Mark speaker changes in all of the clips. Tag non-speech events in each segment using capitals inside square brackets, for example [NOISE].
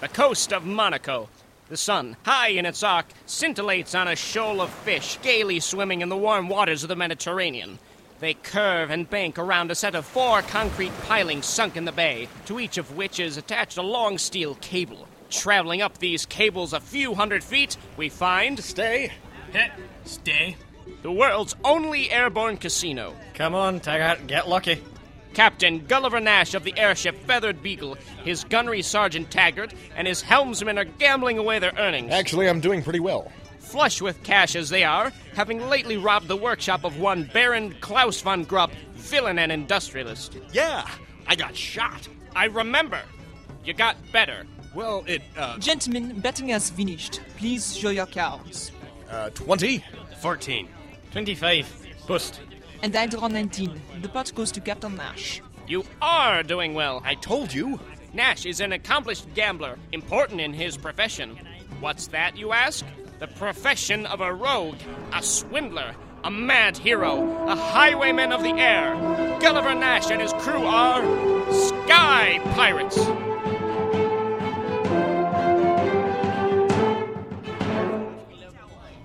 Speaker 1: the coast of Monaco. The sun, high in its arc, scintillates on a shoal of fish gaily swimming in the warm waters of the Mediterranean. They curve and bank around a set of four concrete pilings sunk in the bay, to each of which is attached a long steel cable. Traveling up these cables a few hundred feet, we find
Speaker 2: Stay.
Speaker 3: Heh, Stay.
Speaker 1: the world's only airborne casino.
Speaker 2: Come on, Taggart, get lucky.
Speaker 1: Captain Gulliver Nash of the airship Feathered Beagle, his gunnery sergeant Taggart, and his helmsman are gambling away their earnings.
Speaker 4: Actually, I'm doing pretty well.
Speaker 1: Flush with cash as they are, having lately robbed the workshop of one Baron Klaus von Grupp, villain and industrialist.
Speaker 5: Yeah, I got shot.
Speaker 1: I remember. You got better.
Speaker 5: Well, it, uh,
Speaker 6: Gentlemen, betting has finished. Please show your cards.
Speaker 5: uh 20?
Speaker 3: 14.
Speaker 2: 25. Bust.
Speaker 6: And I draw 19. The pot goes to Captain Nash.
Speaker 1: You are doing well.
Speaker 5: I told you.
Speaker 1: Nash is an accomplished gambler, important in his profession. What's that, you ask? The profession of a rogue, a swindler, a mad hero, a highwayman of the air. Gulliver Nash and his crew are sky pirates.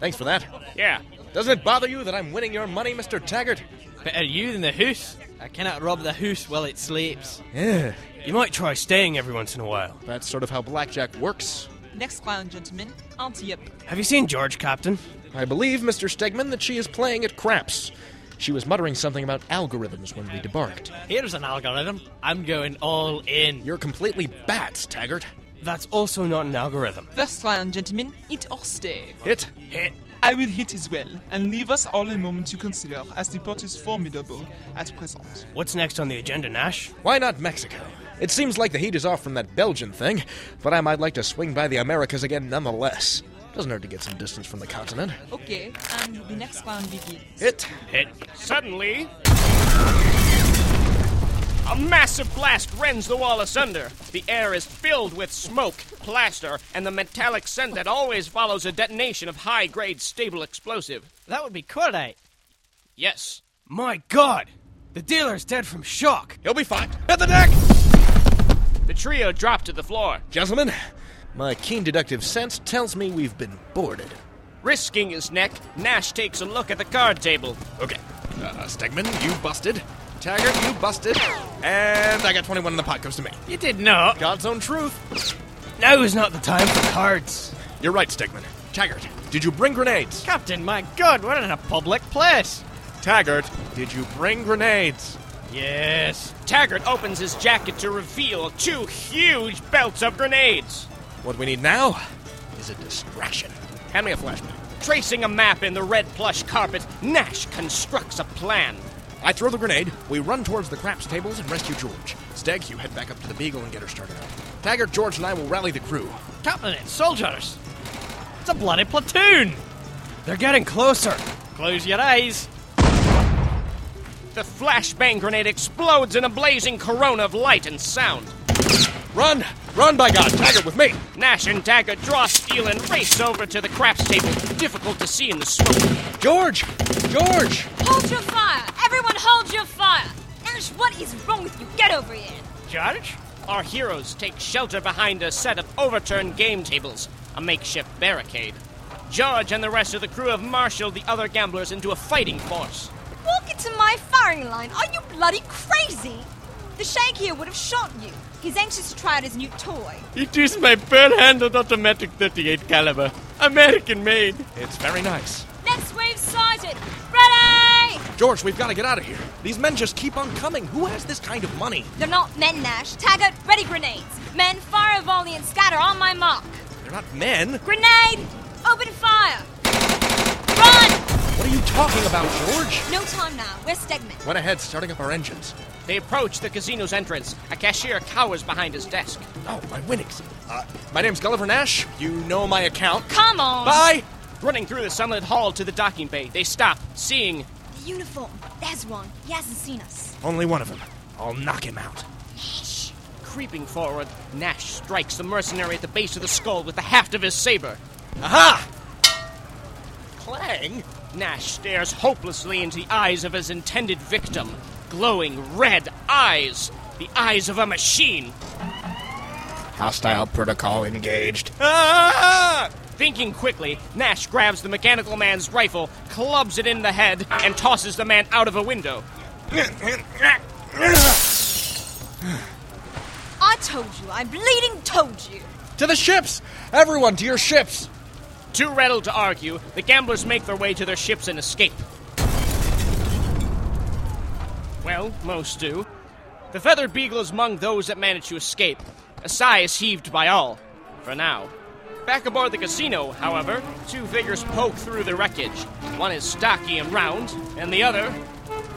Speaker 4: Thanks for that.
Speaker 1: Yeah,
Speaker 4: Doesn't it bother you that I'm winning your money, Mr. Taggart?
Speaker 2: Better you than the house. I cannot rob the house while it sleeps.
Speaker 4: Yeah.
Speaker 3: You might try staying every once in a while.
Speaker 4: That's sort of how blackjack works.
Speaker 6: Next round, gentlemen. Antieppe.
Speaker 3: Have you seen George, Captain?
Speaker 4: I believe, Mr. Stegman, that she is playing at craps. She was muttering something about algorithms when we debarked.
Speaker 7: Here's an algorithm. I'm going all in.
Speaker 4: You're completely bats, Taggart.
Speaker 3: That's also not an algorithm.
Speaker 6: First round, gentlemen. Hit or stay.
Speaker 4: Hit.
Speaker 3: Hit.
Speaker 6: I will hit as well, and leave us all a moment to consider, as the pot is formidable at present.
Speaker 3: What's next on the agenda, Nash?
Speaker 4: Why not Mexico? It seems like the heat is off from that Belgian thing, but I might like to swing by the Americas again nonetheless. Doesn't hurt to get some distance from the continent.
Speaker 6: Okay, and the next round begins.
Speaker 4: Hit.
Speaker 3: Hit.
Speaker 1: Suddenly, a massive blast rends the wall asunder. The air is filled with smoke, plaster, and the metallic scent that always follows a detonation of high grade stable explosive.
Speaker 7: That would be
Speaker 2: eh?
Speaker 7: quite
Speaker 1: Yes.
Speaker 3: My God! The dealer's dead from shock.
Speaker 4: He'll be fine. Hit the deck!
Speaker 1: The trio dropped to the floor.
Speaker 4: Gentlemen, my keen deductive sense tells me we've been boarded.
Speaker 1: Risking his neck, Nash takes a look at the card table.
Speaker 4: Okay. Uh, Stegman, you busted. Taggart, you busted. And I got 21 in the pot, goes to me.
Speaker 7: You did not.
Speaker 4: God's own truth.
Speaker 3: Now is not the time for cards.
Speaker 4: You're right, Stegman. Taggart, did you bring grenades?
Speaker 7: Captain, my god, we're in a public place.
Speaker 4: Taggart, did you bring grenades?
Speaker 7: Yes.
Speaker 1: Taggart opens his jacket to reveal two huge belts of grenades.
Speaker 4: What we need now is a distraction. Hand me a flashback.
Speaker 1: Tracing a map in the red plush carpet, Nash constructs a plan.
Speaker 4: I throw the grenade, we run towards the craps tables and rescue George. Steg, you head back up to the Beagle and get her started up. Taggart, George, and I will rally the crew.
Speaker 7: Captain, it's soldiers. It's a bloody platoon.
Speaker 3: They're getting closer.
Speaker 7: Close your eyes.
Speaker 1: The flashbang grenade explodes in a blazing corona of light and sound.
Speaker 4: Run! Run, by God! Taggart with me!
Speaker 1: Nash and Taggart draw steel and race over to the craps table, difficult to see in the smoke.
Speaker 4: George! George!
Speaker 8: Hold your fire! Everyone hold your fire! Nash, what is wrong with you? Get over here!
Speaker 7: George?
Speaker 1: Our heroes take shelter behind a set of overturned game tables, a makeshift barricade. George and the rest of the crew have marshaled the other gamblers into a fighting force.
Speaker 8: Walk into my firing line! Are you bloody crazy? The Shag here would have shot you. He's anxious to try out his new toy.
Speaker 7: It is my pearl-handled automatic 38 caliber. American made.
Speaker 4: It's very nice.
Speaker 8: Next wave sergeant! Ready!
Speaker 4: George, we've got to get out of here. These men just keep on coming. Who has this kind of money?
Speaker 8: They're not men, Nash. Taggart, ready grenades! Men, fire a volley and scatter on my mark!
Speaker 4: They're not men.
Speaker 8: Grenade! Open fire! Run!
Speaker 4: What are you talking about, George?
Speaker 8: No time now. We're Stegman.
Speaker 4: Went ahead, starting up our engines.
Speaker 1: They approach the casino's entrance. A cashier cowers behind his desk.
Speaker 4: Oh, my winnings. Uh, my name's Gulliver Nash. You know my account.
Speaker 8: Come on!
Speaker 4: Bye!
Speaker 1: Running through the sunlit hall to the docking bay, they stop, seeing
Speaker 8: The uniform. There's one. He hasn't seen us.
Speaker 4: Only one of them. I'll knock him out.
Speaker 1: Creeping forward, Nash strikes the mercenary at the base of the skull with the haft of his saber.
Speaker 4: Aha! Clang?
Speaker 1: Nash stares hopelessly into the eyes of his intended victim. Glowing red eyes! The eyes of a machine!
Speaker 4: Hostile protocol engaged.
Speaker 1: Ah! [LAUGHS] Thinking quickly, Nash grabs the mechanical man's rifle, clubs it in the head, and tosses the man out of a window.
Speaker 8: I told you, I bleeding told you.
Speaker 4: To the ships! Everyone to your ships!
Speaker 1: Too rattled to argue, the gamblers make their way to their ships and escape. Well, most do. The feathered beagle is among those that manage to escape. A sigh is heaved by all, for now. Back aboard the casino, however, two figures poke through the wreckage. One is stocky and round, and the other.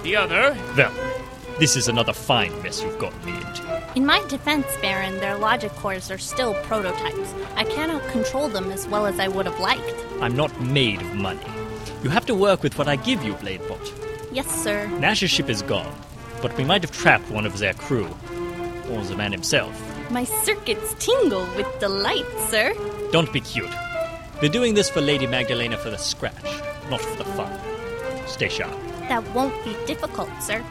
Speaker 1: The other
Speaker 9: Well, this is another fine mess you've gotten me into.
Speaker 10: In my defense, Baron, their logic cores are still prototypes. I cannot control them as well as I would have liked.
Speaker 9: I'm not made of money. You have to work with what I give you, Bladebot.
Speaker 10: Yes, sir.
Speaker 9: Nash's ship is gone, but we might have trapped one of their crew. Or the man himself.
Speaker 10: My circuits tingle with delight, sir.
Speaker 9: Don't be cute. We're doing this for Lady Magdalena for the scratch, not for the fun. Stay sharp.
Speaker 10: That won't be difficult, sir.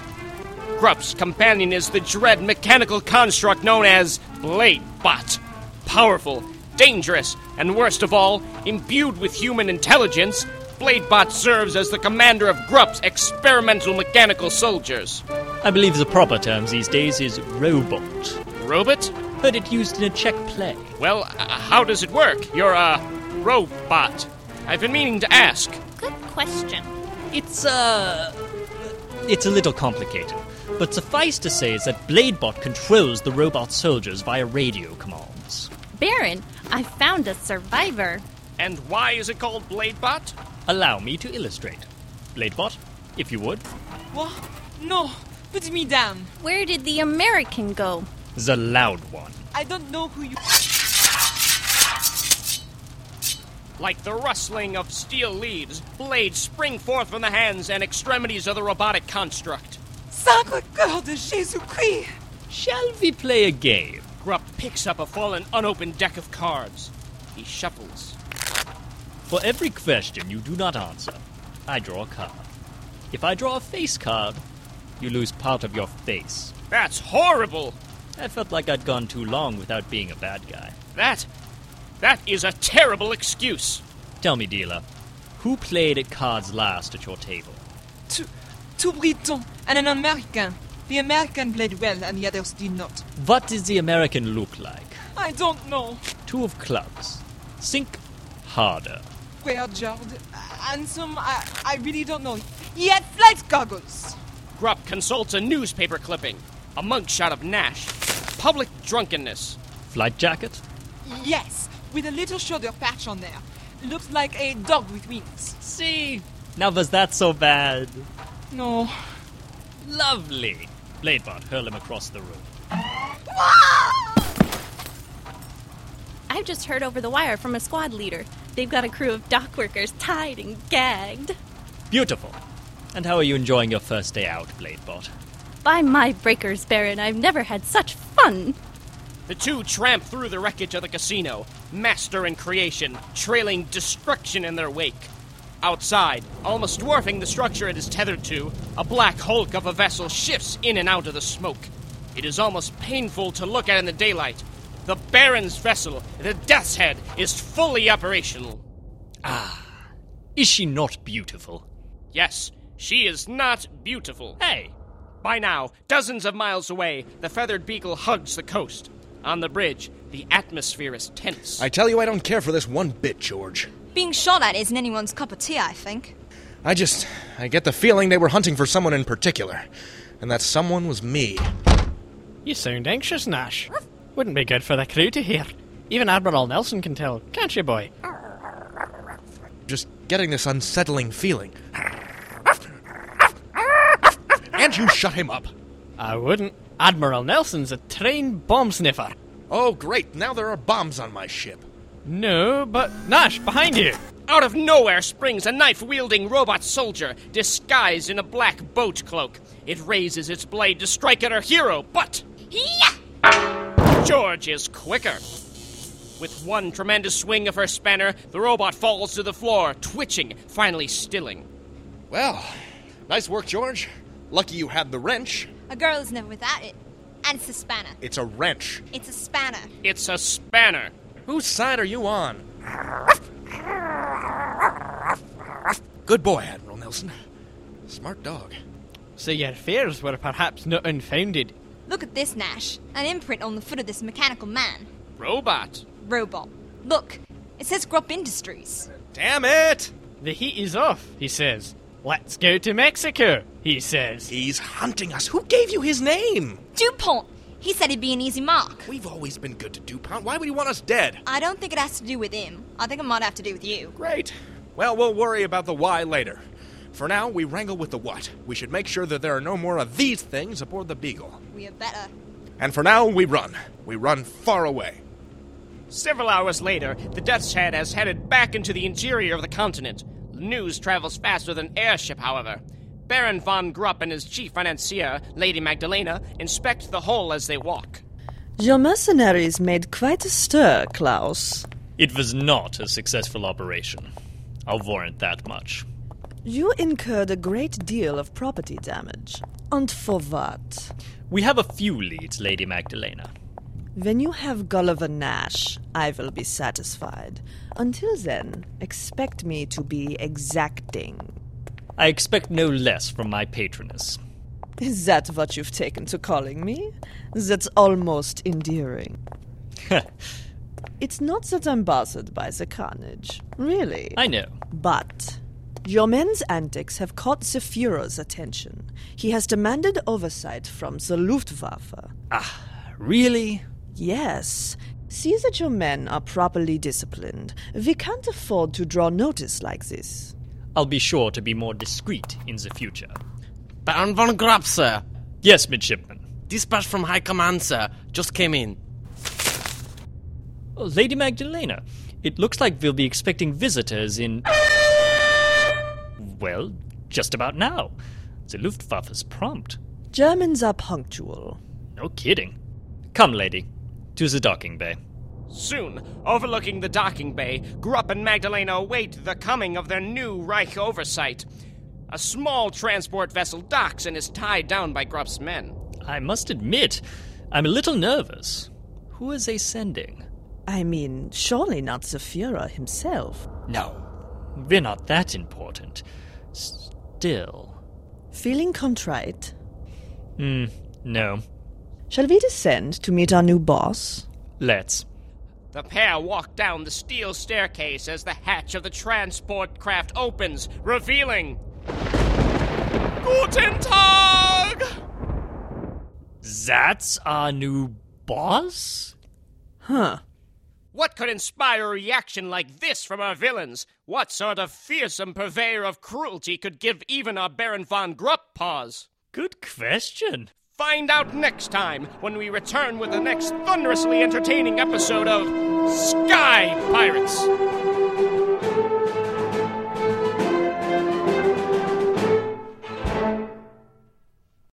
Speaker 1: Grupp's companion is the dread mechanical construct known as Blade Bot. Powerful, dangerous, and worst of all, imbued with human intelligence, Blade Bot serves as the commander of Grupp's experimental mechanical soldiers.
Speaker 9: I believe the proper term these days is robot.
Speaker 1: Robot?
Speaker 9: Heard it used in a Czech play.
Speaker 1: Well, uh, how does it work? You're a robot. I've been meaning to ask.
Speaker 10: Good question.
Speaker 9: It's uh it's a little complicated, but suffice to say is that Bladebot controls the robot soldiers via radio commands.
Speaker 10: Baron, I found a survivor.
Speaker 1: And why is it called Blade Bot?
Speaker 9: Allow me to illustrate. Bladebot, if you would.
Speaker 6: What? No, put me down.
Speaker 10: Where did the American go?
Speaker 9: The loud one.
Speaker 6: I don't know who you.
Speaker 1: Like the rustling of steel leaves, blades spring forth from the hands and extremities of the robotic construct.
Speaker 6: Sacre cœur de Jésus Christ!
Speaker 9: Shall we play a game?
Speaker 1: Grupp picks up a fallen, unopened deck of cards. He shuffles.
Speaker 9: For every question you do not answer, I draw a card. If I draw a face card, you lose part of your face.
Speaker 1: That's horrible!
Speaker 9: I felt like I'd gone too long without being a bad guy.
Speaker 1: That. that is a terrible excuse!
Speaker 9: Tell me, dealer, who played at cards last at your table?
Speaker 6: Two, two Britons and an American. The American played well and the others did not.
Speaker 9: What does the American look like?
Speaker 6: I don't know.
Speaker 9: Two of clubs. Think harder.
Speaker 6: Where Jard? And some, I, I really don't know. He had flight goggles.
Speaker 1: Grupp consults a newspaper clipping, a mugshot of Nash, public drunkenness.
Speaker 9: Flight jacket?
Speaker 6: Yes, with a little shoulder patch on there. Looks like a dog with wings.
Speaker 9: See? Now was that so bad?
Speaker 6: No.
Speaker 9: Lovely. Bladebot, hurl him across the room.
Speaker 10: I've just heard over the wire from a squad leader. They've got a crew of dock workers tied and gagged.
Speaker 9: Beautiful. And how are you enjoying your first day out, Bladebot?
Speaker 10: By my breakers, Baron, I've never had such fun.
Speaker 1: The two tramp through the wreckage of the casino, master and creation, trailing destruction in their wake. Outside, almost dwarfing the structure it is tethered to, a black hulk of a vessel shifts in and out of the smoke. It is almost painful to look at in the daylight. The Baron's vessel, the Death's Head, is fully operational.
Speaker 9: Is she not beautiful?
Speaker 1: Yes, she is not beautiful.
Speaker 9: Hey,
Speaker 1: By now, dozens of miles away, the feathered beagle hugs the coast. On the bridge, the atmosphere is tense.
Speaker 4: I tell you, I don't care for this one bit, George.
Speaker 8: Being shot at isn't anyone's cup of tea, I think.
Speaker 4: I just. I get the feeling they were hunting for someone in particular. And that someone was me.
Speaker 2: You sound anxious, Nash. Wouldn't be good for the crew to hear. Even Admiral Nelson can tell, can't you, boy?
Speaker 4: Just getting this unsettling feeling.
Speaker 5: And you shut him up.
Speaker 2: I wouldn't. Admiral Nelson's a trained bomb sniffer.
Speaker 4: Oh, great, now there are bombs on my ship.
Speaker 2: No, but Nash, behind you!
Speaker 1: Out of nowhere springs a knife wielding robot soldier disguised in a black boat cloak. It raises its blade to strike at our hero, but. George is quicker. With one tremendous swing of her spanner, the robot falls to the floor, twitching, finally stilling.
Speaker 4: Well, nice work, George. Lucky you had the wrench.
Speaker 8: A girl is never without it. And it's a spanner.
Speaker 4: It's a wrench.
Speaker 8: It's a spanner.
Speaker 1: It's a spanner.
Speaker 4: Whose side are you on? Good boy, Admiral Nelson. Smart dog.
Speaker 2: So your fears were perhaps not unfounded.
Speaker 8: Look at this, Nash. An imprint on the foot of this mechanical man.
Speaker 1: Robot.
Speaker 8: Robot. Look, it says Grop Industries.
Speaker 4: Damn it!
Speaker 2: The heat is off, he says. Let's go to Mexico, he says.
Speaker 4: He's hunting us. Who gave you his name?
Speaker 8: DuPont. He said he'd be an easy mark.
Speaker 4: We've always been good to DuPont. Why would he want us dead?
Speaker 8: I don't think it has to do with him. I think it might have to do with you.
Speaker 4: Great. Well, we'll worry about the why later. For now, we wrangle with the what. We should make sure that there are no more of these things aboard the Beagle.
Speaker 8: We are better.
Speaker 4: And for now, we run. We run far away.
Speaker 1: Several hours later, the Death's Head has headed back into the interior of the continent. News travels faster than airship, however. Baron von Grupp and his chief financier, Lady Magdalena, inspect the hole as they walk.
Speaker 11: Your mercenaries made quite a stir, Klaus.
Speaker 9: It was not a successful operation. I'll warrant that much.
Speaker 11: You incurred a great deal of property damage. And for what?
Speaker 9: We have a few leads, Lady Magdalena.
Speaker 11: When you have Gulliver Nash, I will be satisfied. Until then, expect me to be exacting.
Speaker 9: I expect no less from my patroness.
Speaker 11: Is that what you've taken to calling me? That's almost endearing. it's not that I'm bothered by the carnage, really.
Speaker 9: I know.
Speaker 11: But your men's antics have caught Zephyr's attention. He has demanded oversight from the Luftwaffe.
Speaker 9: Ah, really?
Speaker 11: Yes. See that your men are properly disciplined. We can't afford to draw notice like this.
Speaker 9: I'll be sure to be more discreet in the future.
Speaker 12: Baron von Grapp, sir.
Speaker 9: Yes, midshipman.
Speaker 12: Dispatch from High Command, sir. Just came in.
Speaker 9: Oh, Lady Magdalena, it looks like we'll be expecting visitors in. well, just about now. The Luftwaffe's prompt.
Speaker 11: Germans are punctual.
Speaker 9: No kidding. Come, lady, to the docking bay.
Speaker 1: Soon, overlooking the docking bay, Grupp and Magdalena await the coming of their new Reich oversight. A small transport vessel docks and is tied down by Grupp's men.
Speaker 9: I must admit, I'm a little nervous. Who is they sending?
Speaker 11: I mean, surely not the Fuhrer himself.
Speaker 9: No, we're not that important. Still.
Speaker 11: Feeling contrite?
Speaker 9: Hmm, no.
Speaker 11: Shall we descend to meet our new boss?
Speaker 9: Let's.
Speaker 1: The pair walk down the steel staircase as the hatch of the transport craft opens, revealing. Guten Tag!
Speaker 9: That's our new boss?
Speaker 11: Huh.
Speaker 1: What could inspire a reaction like this from our villains? What sort of fearsome purveyor of cruelty could give even our Baron von Grupp pause?
Speaker 9: Good question.
Speaker 1: Find out next time when we return with the next thunderously entertaining episode of Sky Pirates.